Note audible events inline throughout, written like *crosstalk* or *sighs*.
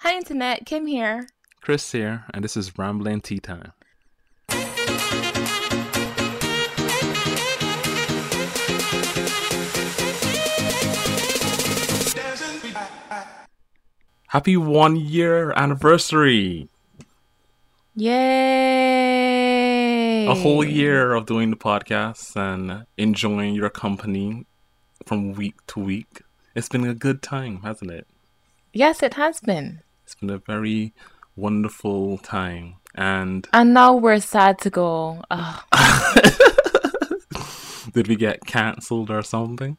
Hi, Internet. Kim here. Chris here, and this is Rambling Tea Time. Happy one year anniversary! Yay! A whole year of doing the podcast and enjoying your company from week to week. It's been a good time, hasn't it? Yes, it has been. It's been a very wonderful time. And And now we're sad to go. Ugh, did we get cancelled or something?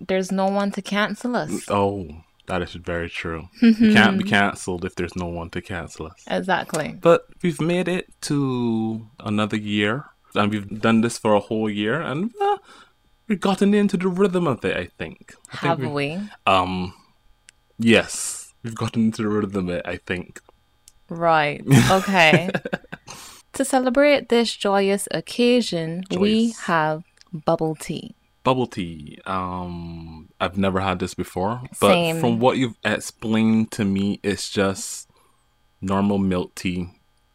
there's no one to cancel us. Oh, that is very true. we can't be cancelled if there's no one to cancel us. Exactly. But we've made it to another year, and we've done this for a whole year, and uh, we've gotten into the rhythm of it. I think. I Have think we? Um, yes, we've gotten into the rhythm of it. I think. Right. *laughs* Okay. to celebrate this joyous occasion, we Joyous. have bubble tea. Bubble tea. Um, I've never had this before, but Same. from what you've explained to me, it's just normal milk tea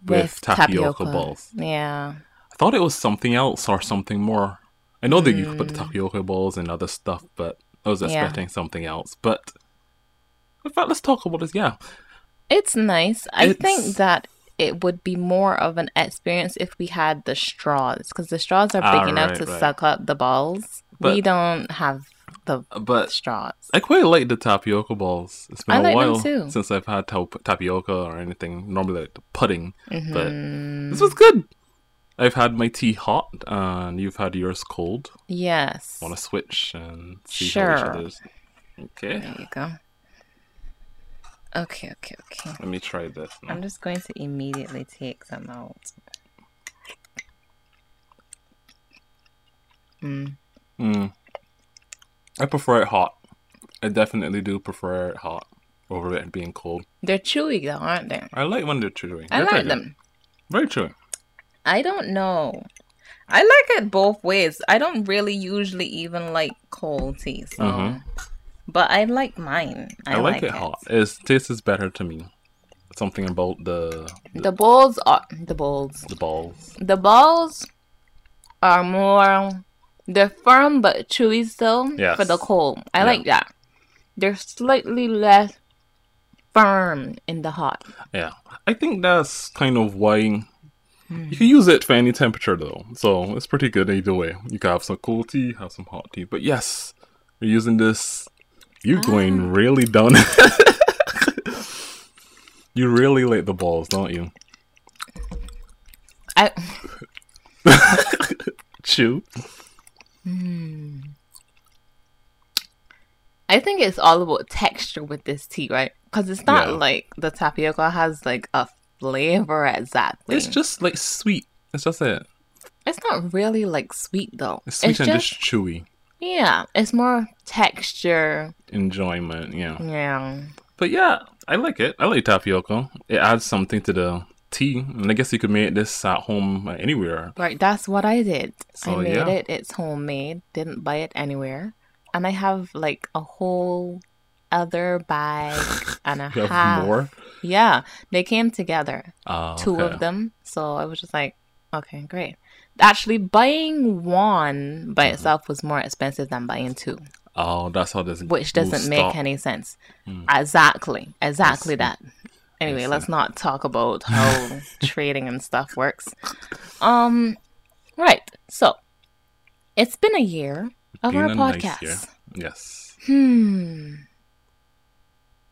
with, tapioca balls. Yeah. I thought it was something else or something more. I know that you could put Hmm. the tapioca balls and other stuff, but I was expecting something else. But in fact, let's talk about this. Yeah, It's nice. I It's- think that it would be more of an experience if we had the straws because the straws are big Ah, enough right, to right. suck up the balls. we But- Uh, don't have the but straws. I quite like the tapioca balls. It's been I a like them while too. since I've had taup tapioca or anything. Normally, like the pudding, but Mhm. this was good. I've had my tea hot, and you've had yours cold. Yes. Want to switch and see how each Sure. other's. Okay, There you go. Okay, okay, okay. let me try this. now. I'm just going to immediately take some out. Mm. Mm. I prefer it hot. I definitely do prefer it hot over it being cold. They're chewy though, aren't they? I like when they're chewy. I They're like very them. good. Very chewy. I don't know. I like it both ways. I don't really usually even like cold tea, so Mhm. but I like mine. I, I, like, it, hot. It's tastes is better to me. Something about the The balls are the balls. the balls. The balls are more they're firm but chewy still Yes. for the cold. I Yeah. like that. They're slightly less firm in the hot. Yeah. I think that's kind of why you can use it for any temperature though. So it's pretty good either way. You can have some cold tea, have some hot tea. But yes, you're using this you're going really down. *laughs* you really like the balls, don't you? I Chew. I think it's all about texture with this tea, right? Because it's not Yeah. like the tapioca has like a flavor exactly. It's just like sweet. It's just it. It's not really like sweet though. It's sweet it's and just just chewy yeah. It's more texture. enjoyment. Yeah. Yeah. But yeah, I like it. I like tapioca. It adds something to the tea, and I guess you could make this at home uh, anywhere. Right. That's what I did. So, I made yeah. it. It's homemade. Didn't buy it anywhere. And I have like a whole other bag and a You have half. more. Yeah. They came together. Ah, two okay. of them. So I was just like, okay, great. Actually, buying one Mm-hmm. by itself was more expensive than buying two, Oh, that's how this. which will doesn't make stop. any sense. Exactly, exactly that. Anyway, Mm. see. let's not talk about *laughs* how trading and stuff works. Um, right. So it's been a year of Been our a nice podcast. year. Yes, Hmm.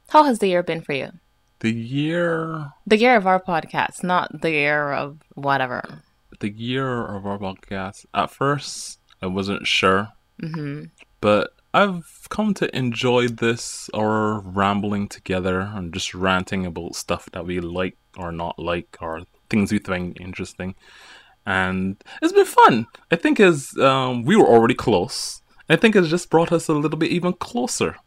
How has the year been for you? the year, The year of our podcast, not the year of whatever. the year of our podcast. At first, I wasn't sure, hmm but I've come to enjoy this or rambling together and just ranting about stuff that we like or not like or things we find interesting. And it's been fun. I think as um, we were already close. I think it's just brought us a little bit even closer,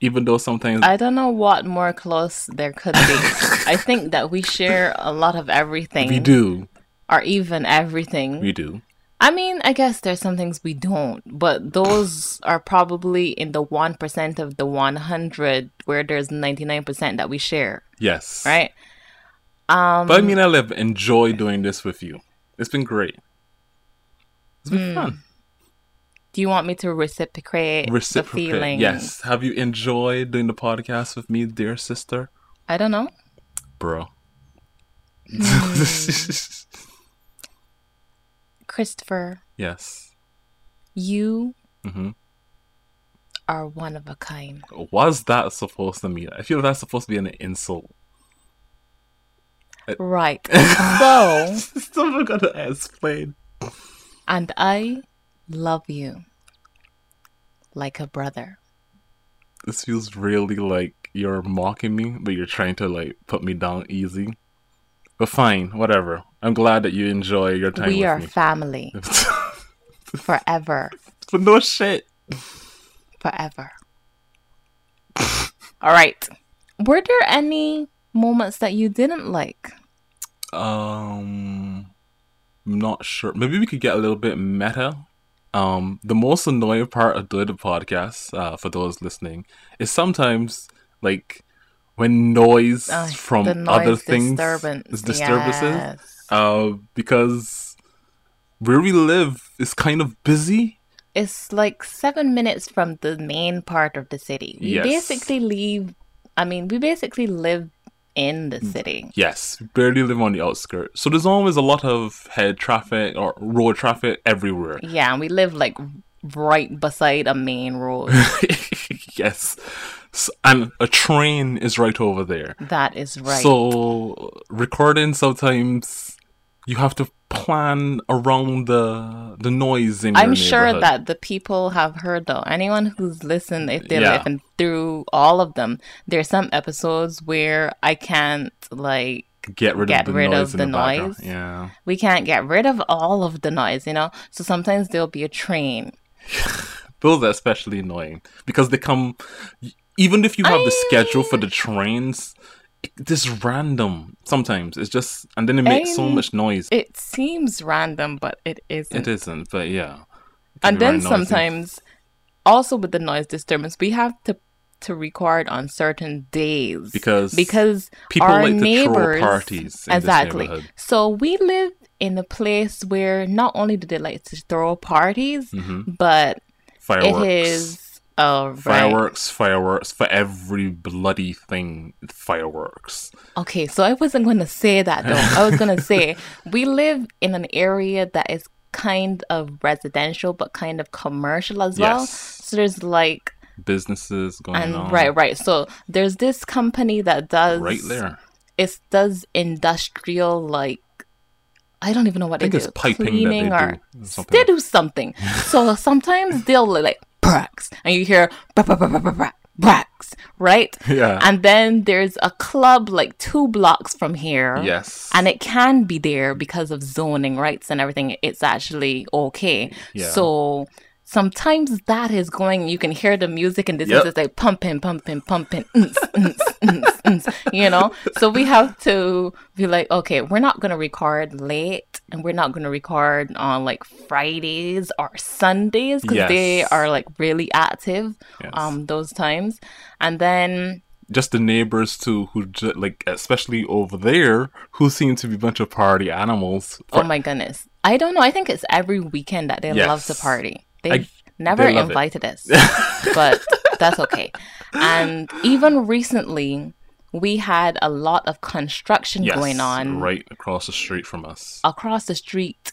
even though sometimes I don't know what more close there could be. *laughs* I think that we share a lot of everything. we do, Or even everything. we do. I mean, I guess there's some things we don't, but those are probably in the 1% of the 100 where there's 99% that we share, Yes. right? Um, But I mean, I live enjoy doing this with you. It's been great. It's been fun. do you want me to reciprocate, Reciprocate. Mm, the feeling? Yes. Have you enjoyed doing the podcast with me, dear sister? I don't know. Bro. Mm. Christopher, *laughs* yes. you hmm are one of a kind. Was that supposed to mean? I feel that's supposed to be an insult. *laughs* *laughs* Right. so, Still not gonna explain. and I love you like a brother. This feels really like you're mocking me, but you're trying to like put me down easy. But fine, whatever. I'm glad that you enjoy your time we with are me. *laughs* family forever. but no shit. forever. All right. Were there any moments that you didn't like? Um, I'm not sure. Maybe we could get a little bit meta. Um, the most annoying part of doing the podcast, uh, for those listening, is sometimes like when noise Ugh, from the noise other things disturbance. is disturbances. Yes. Uh, because where we live is kind of busy. It's like seven minutes from the main part of the city. We Yes. basically leave. I mean, we basically live in the Mm. city. Yes, we barely live on the outskirts, so there's always a lot of head traffic or road traffic everywhere. Yeah, and we live like right beside a main road. *laughs* yes, S and a train is right over there. that is right. So recording sometimes you have to plan around the the noise in. I'm your sure neighborhood. that the people have heard though. Anyone who's listened, if they Yeah. listen through all of them, there's some episodes where I can't like get rid get of the rid of noise. in the the background. noise. Yeah. we can't get rid of all of the noise, you know. So sometimes there'll be a train. Those are especially annoying because they come, even if you have the schedule for the trains, it's just random sometimes. It's just, and then it makes so I'm- much noise. It seems random, but it isn't. It isn't, but yeah. It can and be then very noisy. sometimes, also with the noise disturbance, we have to to record on certain days Because because people our like to throw neighbors parties in this exactly. neighborhood. so we live in a place where not only do they like to throw parties, Mhm. but Fireworks. it is uh, right. Fireworks, fireworks, for every bloody thing, fireworks. Okay, so I wasn't going to say that though. I was going to *laughs* say we live in an area that is kind of residential but kind of commercial as well. Yes. So there's like Businesses going and on. right, right. So there's this company that does Right there. It does industrial like I don't even know what I think they it's do. piping that they cleaning or do, something. they do *laughs* something. so sometimes they'll like brax and you hear "Bra- bra- bra- bra- bra- bra- brax, right? *laughs* Yeah. And then there's a club like two blocks from here. yes. And um, it can be there because of zoning rights and everything. It's actually okay. Yeah. So sometimes that is going, you can hear the music and this Yep. is it's like pumping, pumping, pumping, mm, mm, mm, mm, you know? So we have to be like, okay, we're not going to record late and we're not going to record on like Fridays or Sundays because they Yes. are like really active Yes. um those times. And then just the neighbors too, who ju- like especially over there, who seem to be a bunch of party animals. Oh my goodness. I don't know. I think it's every weekend that they love to Yes. party. They've I- never they love it. invited *laughs* us, but that's okay. And even recently, we had a lot of construction Yes, going on Uh, right across the street from us. across the street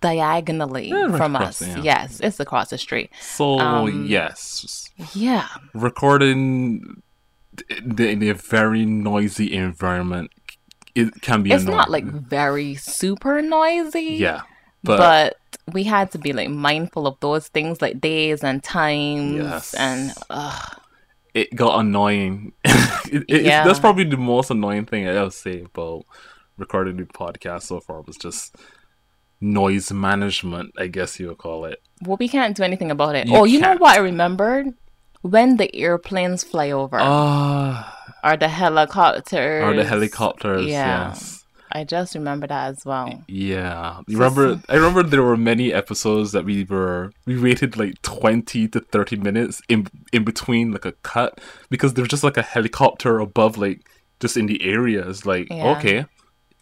diagonally Yeah, right from across, us. yeah. Yes, it's across the street. So um, yes, Yeah. recording th- th- in a very noisy environment, it can be. it's not like annoying. very super noisy. yeah, but, but, we had to be like mindful of those things like days and times Yes. and ugh, it got annoying. *laughs* it, it- it's- Yeah. That's probably the most annoying thing I'll say about recording the podcast so far was just noise management. I guess you would call it. Well, we can't do anything about it. You oh, you know can't. what I remembered? When the airplanes fly over, Ah. or the helicopters, Or the helicopters, Yeah. yes. I just remember that as well. Yeah, you remember? I remember there were many episodes that we were we waited like twenty to thirty minutes in in between like a cut because there's just like a helicopter above like just in the area. It's like Yeah. okay,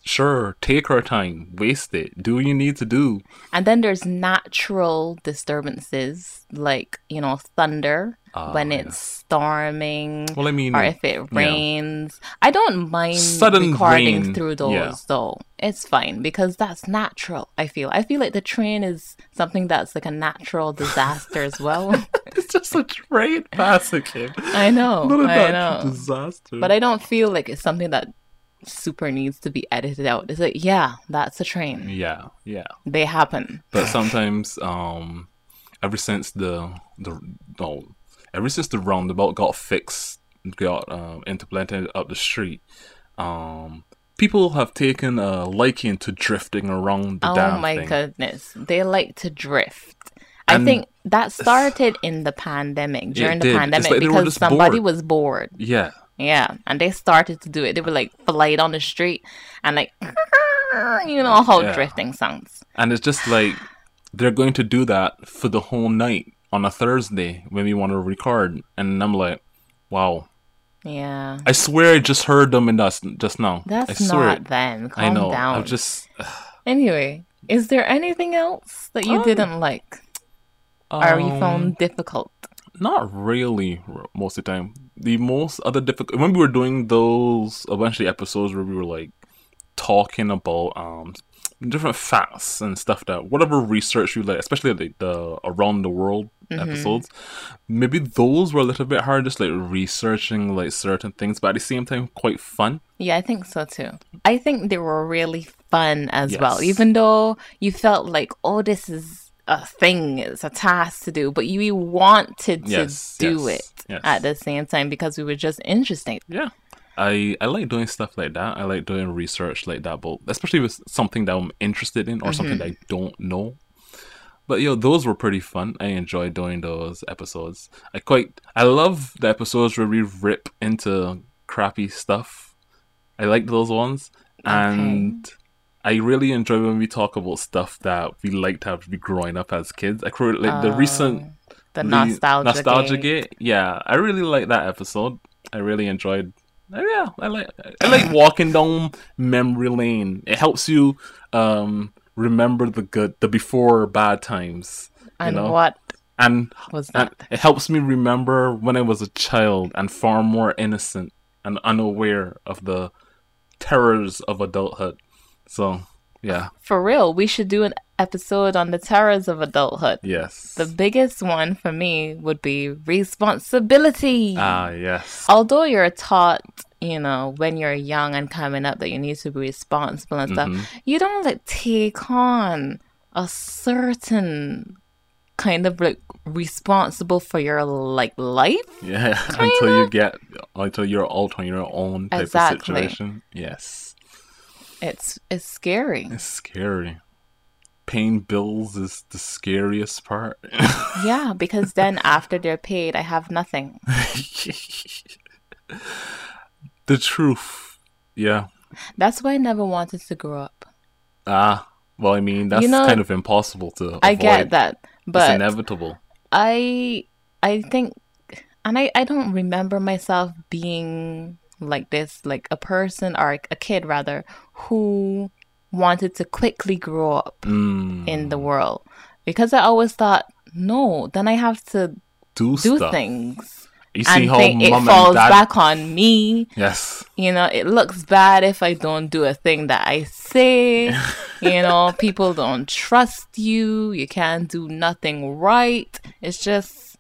sure, take our time, waste it, do what you need to do. And then there's natural disturbances like, you know, thunder Ah, when yeah. it's storming Well, I mean, or if it rains. I don't mind Sudden recording rain, through those yeah. though. It's fine because that's natural, I feel. I feel like the train is something that's like a natural disaster as *laughs* well. *laughs* it's just a train passing. kid. I know. Not a I natural know. disaster. But I don't feel like it's something that super needs to be edited out. It's like, yeah, that's a train. yeah, yeah. They happen. *sighs* but sometimes um ever since the the no ever since the roundabout got fixed got um, implemented up the street um people have taken a liking to drifting around the Oh damn my thing goodness. They like to drift. I And- think that started in the pandemic, during the did. It's pandemic, like they were because just somebody bored. was bored. yeah Yeah. And they started to do it. They were like flight on the street and like, *laughs* you know how Yeah. drifting sounds. and it's just like they're going to do that for the whole night on a thursday when we want to record and i'm like wow Yeah. i swear i just heard them in us just now i That's swear not it. them. i Calm know down. i've just Anyway, is there anything else that you Um, didn't like or you um, found difficult? Not really, r- most of the time. The most other difficult when we were doing those a bunch of the episodes where we were like talking about um different facts and stuff that whatever research you like, especially the, the around the world episodes, maybe those were a little bit hard, just like researching like certain things, but at the same time quite fun. Yeah, I think so too. I think they were really fun as well, Yes. even though you felt like, oh, this is a thing, it's a task to do, but you wanted to Yes, do yes, it yes. at the same time because we were just interesting. Yeah. I, I like doing stuff like that. I like doing research like that, but especially with something that I'm interested in or something that I don't know. But yo, those were pretty fun. I enjoyed doing those episodes. I quite I love the episodes where we rip into crappy stuff. I like those ones. And I really enjoy when we talk about stuff that we liked to have growing up as kids. I quite like the Oh. recent Um, The the nostalgia, nostalgia game. gate. Yeah, I really like that episode. I really enjoyed. uh, Yeah, I like I like walking down memory lane. It helps you um remember the good, the before bad times, you and know, what and, was and that? it helps me remember when I was a child and far more innocent and unaware of the terrors of adulthood. So yeah, For real, we should do an episode on the terrors of adulthood. yes, The biggest one for me would be responsibility. ah yes, although you're taught you know when you're young and coming up that you need to be responsible and stuff Mm-hmm. you don't like take on a certain kind of like responsible for your like life Yeah, *laughs* until you get until you're out on your own type Exactly. of situation. Yes, it's it's *laughs* scary it's scary. Paying bills is the scariest part. *laughs* yeah because then after they're paid i have nothing the truth. Yeah. that's why i never wanted to grow up Ah. Well, I mean, that's You know, kind of impossible to. Avoid. i get that it's but inevitable. I I think and I, I don't remember myself being like this, like a person or a kid rather, who wanted to quickly grow up Mm, in the world. Because I always thought, no, then I have to do, do stuff. things. You see And how think it mom falls and dad. back on me. Yes. You know, it looks bad if I don't do a thing that I say. *laughs* you know, people don't trust you. You can't do nothing right. It's just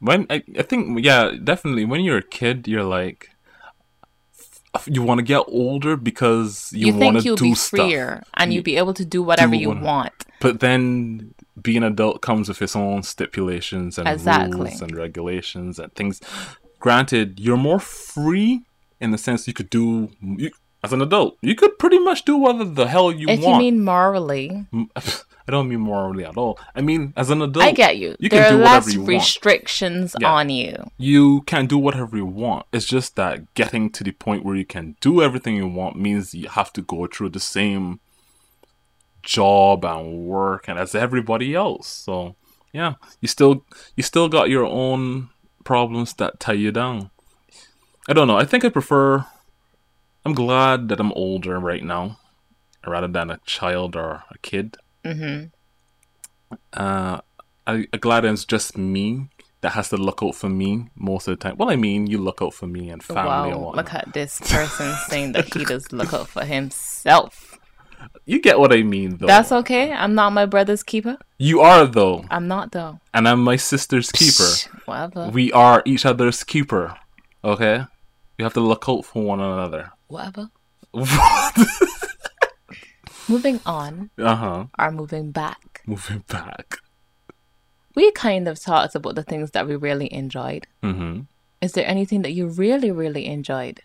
When I, I think yeah, definitely. When you're a kid, you're like f- you want to get older because you, you, want think to you'll do be stuff. freer and you'll be able to do whatever do you what- want. But then being adult comes with its own stipulations and Exactly. rules and regulations and things. Granted, you're more free in the sense you could do you, as an adult. You could pretty much do whatever the hell you if want. you mean morally, Mm, *laughs* I don't mean morally at all. I mean, as an adult, I get you. You there can are do less whatever you want. restrictions Yeah. on you. you can do whatever you want. It's just that getting to the point where you can do everything you want means you have to go through the same job and work and as everybody else. So yeah, you still you still got your own problems that tie you down. I don't know. I think I prefer. I'm glad that I'm older right now, rather than a child or a kid hmm uh, I, I'm glad it's just me that has to look out for me most of the time. Well, I mean, you look out for me and family and Wow, whatnot. look at *laughs* this person saying that he does look out for himself. You get what I mean, though. That's okay. I'm not my brother's keeper. you are though, I'm not though. and I'm my sister's keeper. Psh, Whatever. we are each other's keeper. Okay, you have to look out for one another. *laughs* Whatever. uh Moving on huh. or moving back. Moving back. We kind of talked about the things that we really enjoyed. Mm-hmm. Is there anything that you really, really enjoyed?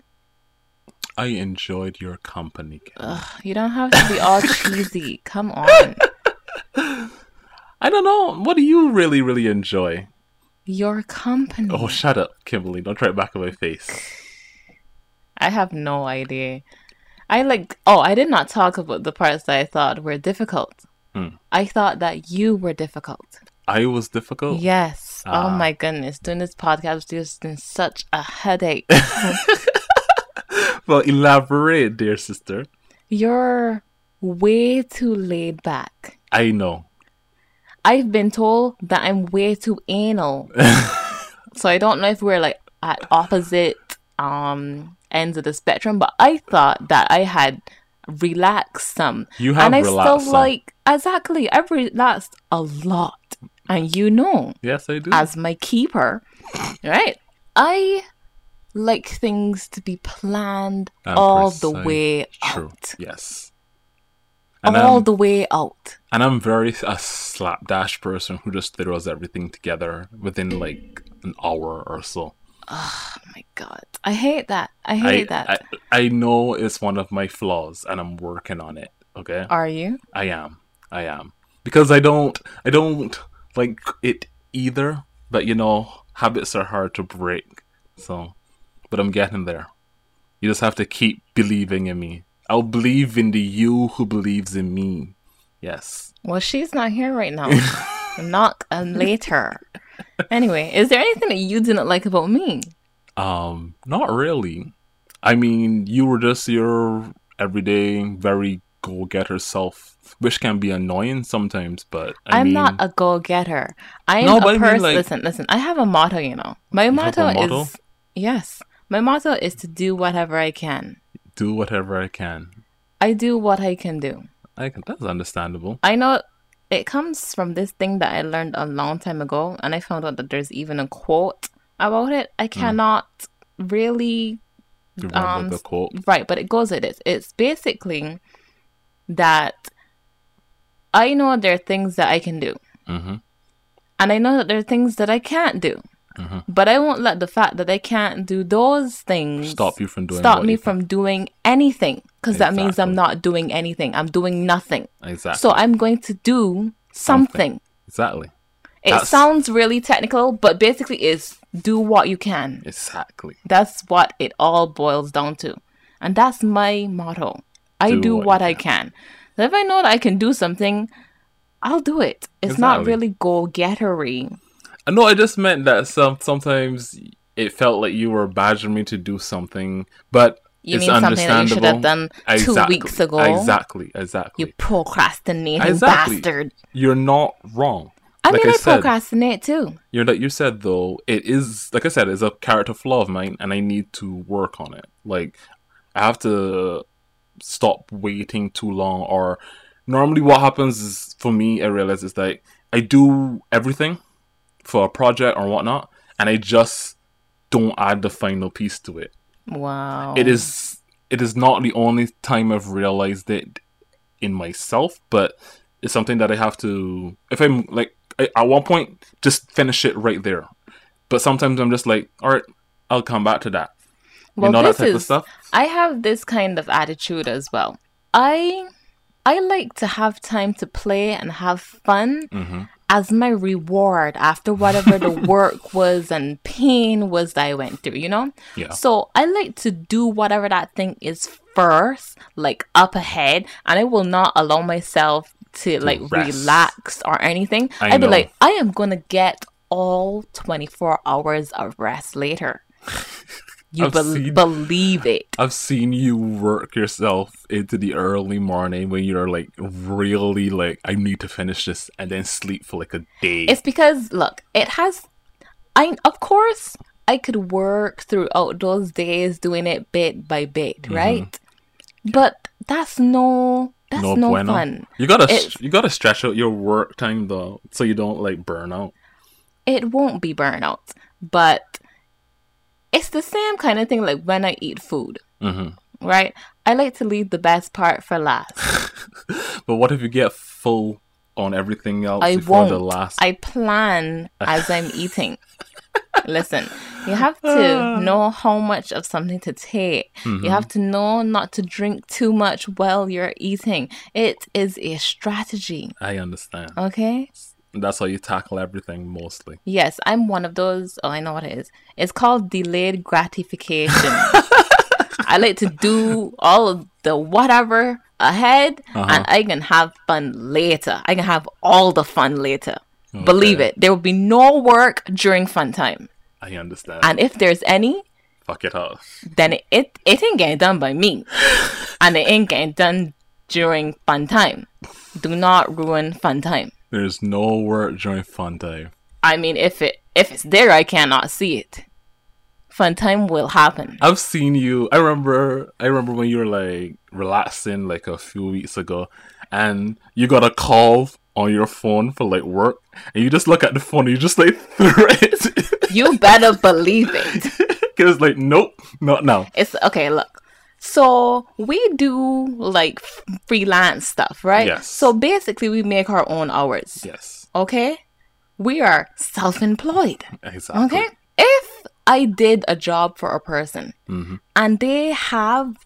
I enjoyed your company. Ugh, you don't have to be *laughs* all cheesy. Come on. I don't know. What do you really, really enjoy? Your company. Oh, shut up, Kimberly. Don't try it back in my face. I have no idea. I like, oh, I did not talk about the parts that I thought were difficult. Hmm. I thought that you were difficult. I was difficult. Yes. oh Ah. my goodness. Doing this podcast has been such a headache. *laughs* Well, elaborate, dear sister. You're way too laid back. I know. I've been told that I'm way too *laughs* anal. so I don't know if we're like at opposite um ends of the spectrum, but I thought that I had relaxed some. You have and I relaxed still some. like exactly I've relaxed a lot. And you know, Yes, I do. as my keeper, right? I like things to be planned And all the precise. way True. out. Yes. And All I'm, the way out. and I'm very a slapdash person who just throws everything together within like an hour or so. Oh my god. I hate that. I I hate that. I, I know it's one of my flaws, and I'm working on it. Okay, Are you? I am. I am because I don't. I don't like it either. But you know, habits are hard to break. So, but I'm getting there. You just have to keep believing in me. I'll believe in the you who believes in me. Yes. Well, she's not here right *laughs* now. not um, later. Anyway, is there anything that you didn't like about me? Um, not really. I mean, you were just your everyday, very go-getter self, which can be annoying sometimes. But I I am mean, not a go getter. I am No, a but I mean, person. like- listen, listen. I have a motto, you know. My have motto, a motto? is yes. My motto is to do whatever I can. do whatever I can. I do what I can do. I can, that's understandable. I know it comes from this thing that I learned a long time ago, and I found out that there's even a quote about it. I Hmm. cannot really You remember Um, the quote? Right, but it goes like this. It's basically that I know there are things that I can do, Mm-hmm. and I know that there are things that I can't do. Mhm. But I won't let the fact that I can't do those things Stop you from doing. stop what me you can- from doing anything, because that means I'm Exactly. not doing anything. I'm doing nothing. Exactly. So I'm going to do something. exactly. It That's- sounds really technical, but basically, it's do what you can. Exactly. That's what it all boils down to. And that's my motto. I do, Do what what, you I can. So if I know that I can do something, I'll do it. It's not Exactly. really go gettery. I know. I just meant that some sometimes it felt like you were badgering me to do something, but You it's mean something that you should have understandable. done two exactly, weeks ago? Exactly. You Exactly. procrastinating Exactly. bastard. You... are not wrong. I like mean, I, I said, procrastinate too. you're like you said though. It is like I said. It's a character flaw of mine, and I need to work on it. Like I have to stop waiting too long. Or normally, what happens is for me, I realize is like I do everything for a project or whatnot, and I just don't add the final piece to it. Wow. It is it is not the only time I've realized it in myself, but it's something that I have to. If I'm like I, at one point, just finish it right there. But sometimes I'm just like, all right, I'll come back to that. Well, you know this that type of is. stuff. I have this kind of attitude as well. I I like to have time to play and have fun Mhm. as my reward after whatever *laughs* the work was and pain was that I went through, you know? Yeah. So I like to do whatever that thing is first, like up ahead, and I will not allow myself to like rest. relax or anything. I I'd be know. like, I am gonna get all 24 hours of rest *laughs* later. You I've bel seen- believe it. I've seen you work yourself into the early morning when you're like really like I need to finish this and then sleep for like a day. It's because look, it has. I of course I could work throughout those days doing it bit by bit, right? But that's no that's no, bueno. fun. You gotta It's- you gotta stretch out your work time though, so you don't like burn out. It won't be burnout, but it's the same kind of thing like when I eat food, hmm right? I like to leave the best part for last. But what if you get full on everything else I before won't. the last? I plan as *laughs* I'm eating. Listen, you have *sighs* to know how much of something to take. You have to Mm-hmm. know not to drink too much while you're eating. It is a strategy, I understand. okay? That's how you tackle everything mostly. Yes, I'm one of those. Oh, I know what it is. It's called delayed *laughs* gratification. I like to do all of the whatever ahead Uh-huh. and I can have fun later. I can have all the fun later. Believe Okay. it. There will be no work during fun time. I understand. And if there's any, Fuck it up. then it, it, it ain't getting done by *laughs* me. and it ain't getting done during fun time. Do not ruin fun time. There's no work during fun time. I mean if it if it's there I cannot see it. Fun time will happen. I've seen you. I remember. I remember when you were like relaxing, like a few weeks ago, and you got a call on your phone for like work, and you just look at the phone, and you just like *laughs* threw it. You better believe it. Cause like, nope, not now. It's okay, look. So we do like f- freelance stuff, right? Yes. So basically we make our own hours. Yes, Okay? We are self-employed. exactly. Okay? If I did a job for a person Mhm. and they have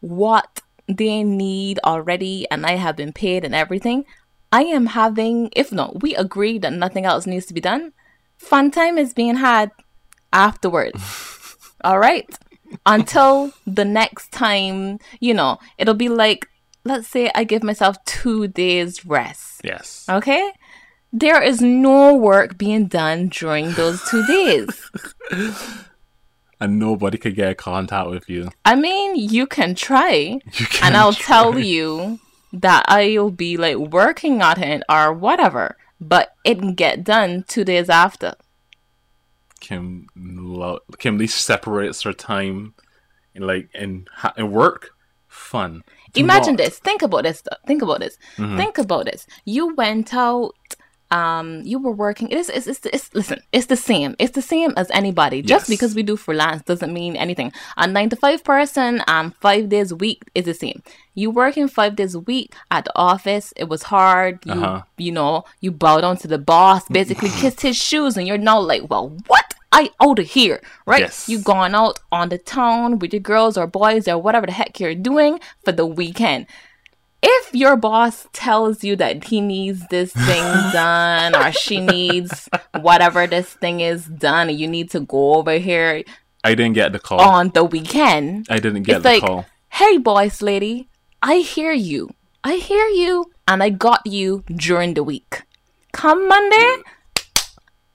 what they need already and I have been paid and everything, I am having, if not, we agree that nothing else needs to be done. Fun time is being had afterwards. All right? Until the next time, you know, it'll be like, let's say I give myself two days rest. Yes. Okay? There is no work being done during those two days. And nobody could get in contact with you. I mean, you can try, You can and I'll tell you that I'll be like working on it or whatever, but it can get done two days after. Kim. Lo- Kim Lee separates her time, in, like in ha- in work, fun. Do Imagine not- this. Think about this. though. Think about this. Mhm. Think about this. You went out. Um, you were working. It is. It's, it's, it's. Listen. It's the same. It's the same as anybody. Just Yes. because we do freelance doesn't mean anything. A nine to five person, um, five days a week is the same. You working five days a week at the office. It was hard. You, Uh-huh. you know, you bowed down to the boss, *laughs* basically kissed his shoes, and you're now like, well, what? I out of here, right? Yes. You gone out on the town with your girls or boys or whatever the heck you're doing for the weekend. If your boss tells you that he needs this thing done or she needs whatever this thing is done, and you need to go over here I didn't get the call. on the weekend, I didn't Oh, get it's the like- call. hey, boss lady, I hear you. I hear you. And I got you during the week. Come Monday,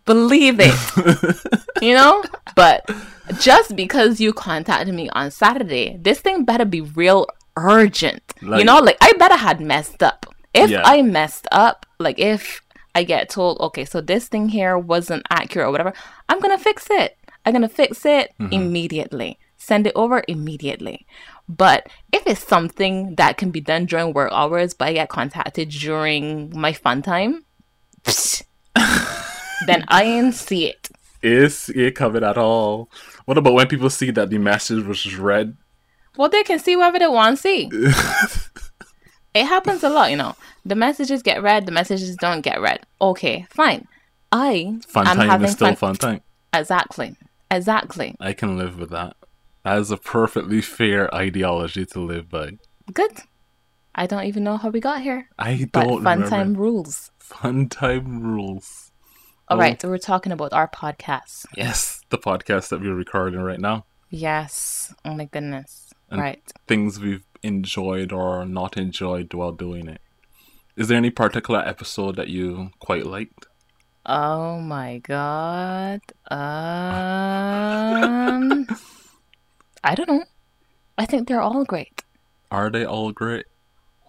believe it. you know? But just because you contacted me on Saturday, this thing better be real urgent. you Like- know, like I better had messed up. If Yeah. I messed up, like if I get told, okay, so this thing here wasn't accurate or whatever, I'm gonna fix it. I'm gonna fix it immediately. Send it over immediately. But if it's something that can be done during work hours, but I get contacted during my fun time, then I ain't see it. Is it covered at all? What about when people see that the message was just read? Well, they can see whatever they want to *laughs* see. it happens a lot, you know. The messages get read, the messages don't get read. Okay, fine. I Fun am time having is still fun. fun. time. Exactly. Exactly. I can live with that. That is a perfectly fair ideology to live by. Good. I don't even know how we got here. I But don't fun remember. time rules. Fun time rules. All Oh. right, so we're talking about our podcast. Yes, the podcast that we're recording right now. Yes. Oh my goodness. And- right. Things we've enjoyed or not enjoyed while doing it. Is there any particular episode that you quite liked? Oh my god. *laughs* Um I don't know. I think they're all great. Are they all great?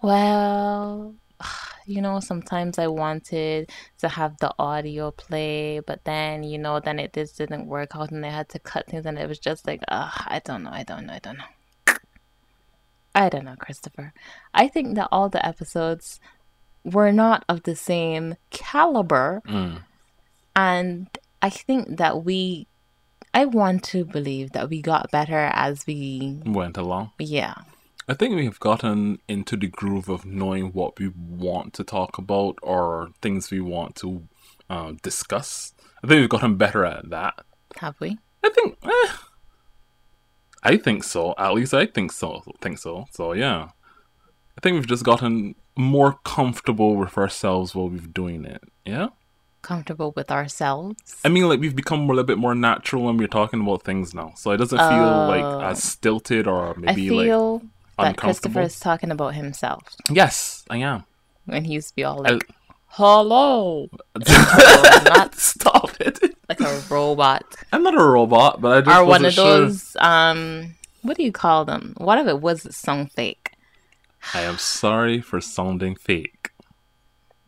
Well, *sighs* you know, sometimes I wanted to have the audio play, but then, you know, then it just didn't work out and I had to cut things and it was just like, uh, I don't know, I don't know, I don't know. I don't know, Christopher. I think that all the episodes were not of the same caliber. Mm. And I think that we, I want to believe that we got better as we, Went along. yeah, I think we have gotten into the groove of knowing what we want to talk about or things we want to uh, discuss. I think we've gotten better at that. have we? I think, eh, I think so. At least I think so. Think so. So yeah, I think we've just gotten more comfortable with ourselves while we've doing it. Yeah, Comfortable with ourselves? I mean, like we've become a little bit more natural when we're talking about things now, so it doesn't feel Oh. like as stilted or I maybe like feel that Christopher uncomfortable. is talking about himself Yes, *laughs* I am. when he used to be all I- like, *laughs* hello, not *laughs* stop it. like a robot. I'm not a robot, but I just Or wasn't one of sure. those, um, what do you call them? One of it was song fake. I am sorry for sounding fake.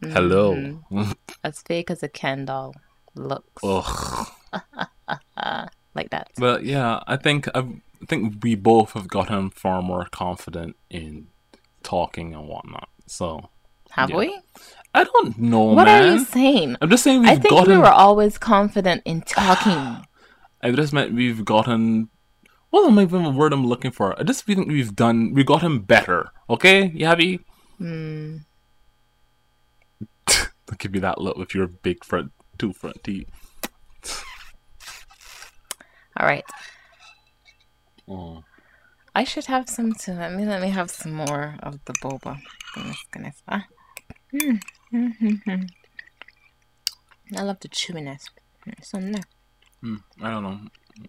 Hello. Mm-hmm. As fake as a Ken doll looks. *laughs* Ugh. Uh, like that. But Oh. yeah, I think I've, I think we both have gotten far more confident in talking and whatnot. So Have yeah. we? I don't know, what Oh, man. are you saying? I'm just saying we've I think gotten. we were always confident in *sighs* talking. I just meant we've gotten. What am I even the word I'm looking for? I just think we've done. We've gotten better. Okay, you happy? *laughs* Hmm. I'll give you that look with your big front, two front teeth. All right, Mm. I should have some too. Let me let me have some more of the boba. Goodness, goodness. Ah. Mm, mm, mm, mm. I love the chewiness. It's so nice. Mm, I don't know.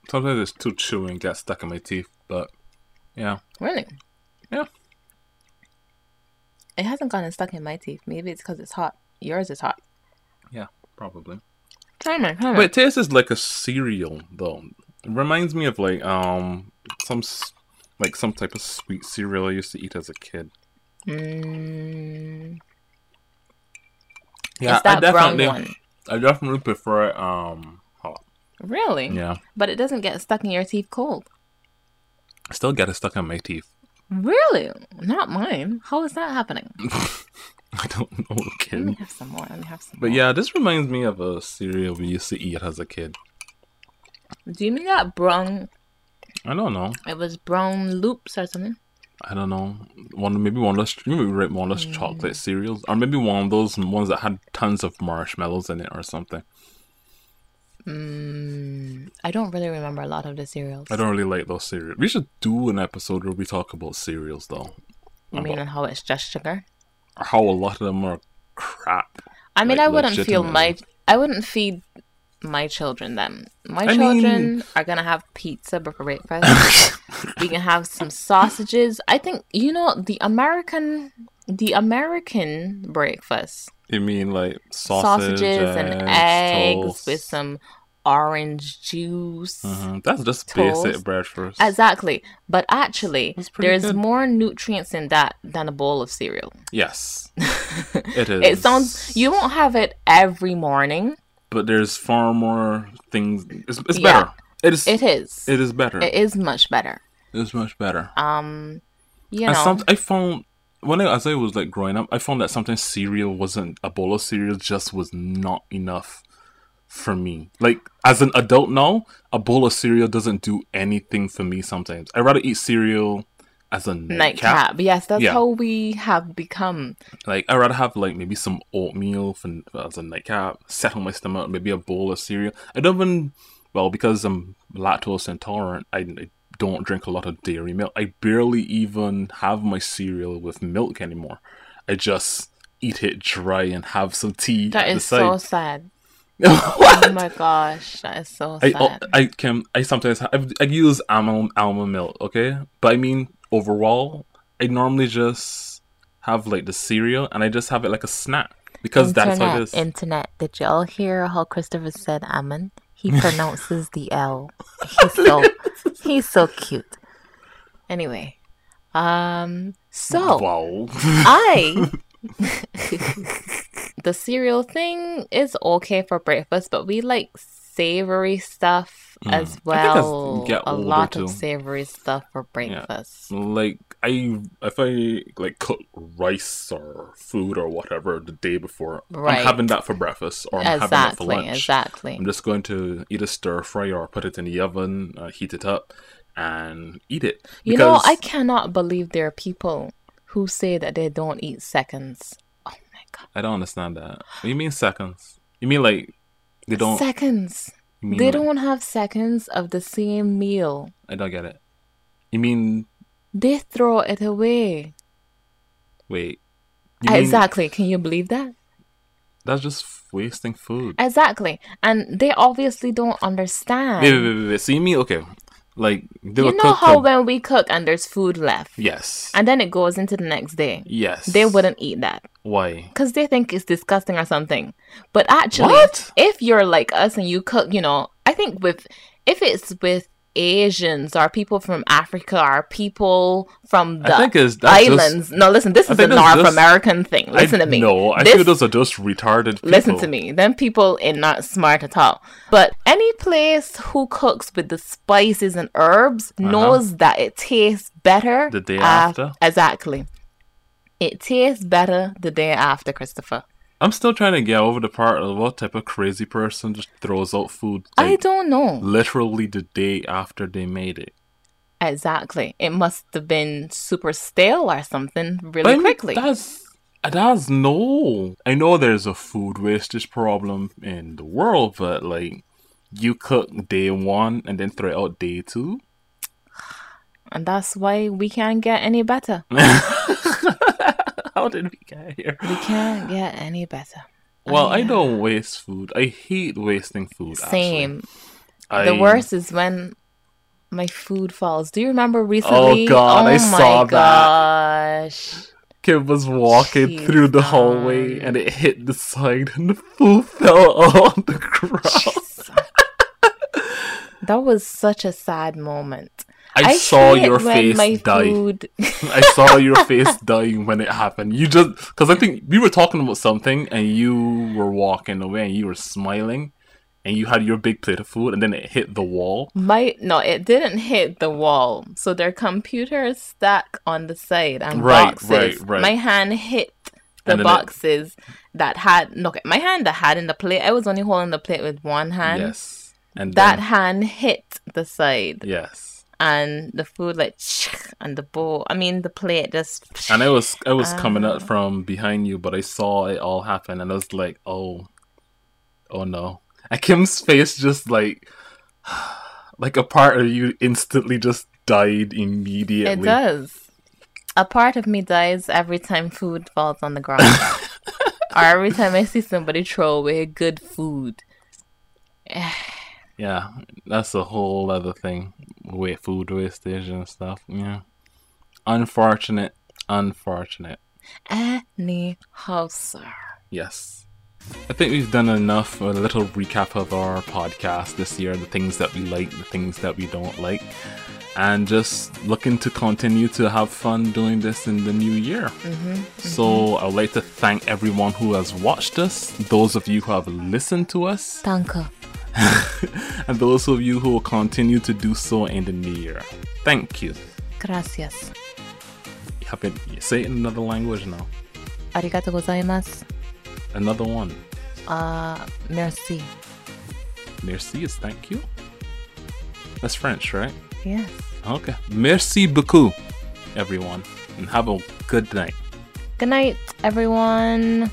Sometimes it's too chewy and gets stuck in my teeth, but yeah. Really? Yeah. It hasn't gotten stuck in my teeth. Maybe it's because it's hot. Yours is hot. Yeah, probably. Try mine. Try mine. But it tastes is like a cereal though. It reminds me of like um some s- like some type of sweet cereal I used to eat as a kid. Mm, Yeah, it's that I definitely brown one. I definitely prefer it um hot. Really? Yeah. But it doesn't get stuck in your teeth cold. I still get it stuck in my teeth. *laughs* Really? Not mine. How is that happening? I don't know, Let me kid. have some more. Let me have some But more. yeah, this reminds me of a cereal we used to eat as a kid. Do you mean that brown? I don't know. It was brown loops or something. I don't know, one maybe one of those maybe right, one of those chocolate cereals, or maybe one of those ones that had tons of marshmallows in it or something. Mm, I don't really remember a lot of the cereals. I don't really like those cereals. We should do an episode where we talk about cereals though, You mean and how it's just sugar? or how a lot of them are crap. I mean, Like, I wouldn't feel my. legitimately. I wouldn't feed my children them. My I mean- children are gonna have pizza for breakfast. *laughs* we can have some sausages. I think you know the American, the American breakfast you mean like sausage, sausages and eggs with some orange juice. hmm That's just toast. basic breakfast. Exactly. But actually, That's pretty there's good. more nutrients in that than a bowl of cereal. *laughs* yes, it It is. sounds you won't have it every morning. but there's far more things. It's, it's Yeah. better. It is. It is. it is better. It is much better. it's much better. Um you know, And some, I found when I as I was like growing up, I found that sometimes cereal wasn't a bowl of cereal just was not enough for me. Like as an adult now, a bowl of cereal doesn't do anything for me. Sometimes I rather eat cereal as a nightcap. nightcap. Yes, that's Yeah. how we have become. Like I rather have like maybe some oatmeal for as a nightcap, set on my stomach, maybe a bowl of cereal. I don't even well because I'm lactose intolerant. I, I don't drink a lot of dairy milk. I barely even have my cereal with milk anymore. I just eat it dry and have some tea. That at is the so side. sad. *laughs* *laughs* what? Oh my gosh, that is so I, sad. oh, I can I sometimes ha- I, I use almond almond milk, okay? But I mean overall, I normally just have like the cereal and I just have it like a snack because internet, that's how it is. internet. Did y'all hear how Christopher said Ammon? *laughs* He pronounces the L. He's so he's so cute. anyway, um, so wow. *laughs* I. the cereal thing is okay for breakfast, but we like savory stuff Mm. I as think as well. you get a older, lot too. of savory stuff for breakfast. like I if I like cook rice or food or whatever the day before, Right. I'm having that for breakfast or I'm having that for Exactly, lunch. exactly. I'm just going to either stir fry or put it in the oven, uh, heat it up, and eat it. You know, I Because- cannot believe there are people who say that they don't eat seconds. Oh my god. I don't understand that. What do you mean seconds? You mean like they don't? seconds. you mean they like- don't have seconds of the same meal. I don't get it. You mean They throw it away. wait? You mean exactly. Can you believe that? That's just wasting food. Exactly. And they obviously don't understand. Wait, wait, wait, wait, wait. So you mean okay? Like they You will know cook. how the- when we cook and there's food left yes. and then it goes into the next day. yes. They wouldn't eat that Why? because they think it's disgusting or something. But actually, What? if you're like us and you cook, you know, I think with if it's with Asians or people from Africa or people from the I think is that's just- islands. no, listen, this I is a think that's North just- American thing. Listen I, to me. No, I This- feel those are just retarded. People. Listen to me. Them people are not smart at all. But any place who cooks with the spices and herbs knows that it tastes better Uh-huh. The day af- after? Exactly. It tastes better the day after, Christopher. I'm still trying to get over the part of what type of crazy person just throws out food I like, don't know. literally the day after they made it. Exactly. It must have been super stale or something But I really mean, quickly. That's that's no. I know there's a food wastage problem in the world, but like you cook day one and then throw it out *laughs* day two. And that's why we can't get any better. *sighs* How did we get here? We can't get any better. Well, I yeah. don't waste food. I hate wasting food. actually. Same. I, The worst is when my food falls. Do you remember recently? Oh, Oh God, I my saw that. *laughs* gosh. Kid was walking through the hallway and it hit the side and the food *laughs* fell on the ground. That was such a sad moment. I, saw hate your when face my die. Food... I saw your face dying when it happened. You just because I think we were talking about something and you were walking away and you were smiling and you had your big plate of food and then it hit the wall. my no, it didn't hit the wall. So their computer is stacked on the side and Right, boxes. right, right. My hand hit the And then it- boxes that had no. okay, My hand that had in the plate. I was only holding the plate with one hand. yes, and That then, hand hit the side. yes, and the food like *sniffs* and the bowl i mean the plate just and *sniffs* I was I was coming Ah. up from behind you, but I saw it all happen and I was like, oh, oh no! And Kim's face just like *sighs* like a part of you instantly just died it immediately. does a part of me dies every time food falls on the ground *laughs* or every time i see somebody throw away good food Yeah, that's a whole other thing with food wastage and stuff. Yeah, unfortunate, unfortunate. anyhow sir Yes, I think we've done enough. A little recap of our podcast this year, the things that we like, the things that we don't like, and just looking to continue to have fun doing this in the new year. So I would like to thank everyone who has watched us, those of you who have listened to us. Danke. *laughs* and those of you who will continue to do so in the new year. Thank you. Gracias. You have it- you say it in another language now. Arigato gozaimasu. Another one. Uh, merci. Merci is thank you. That's French, right? Yes. Okay. Merci beaucoup, everyone, and have a good night. good night everyone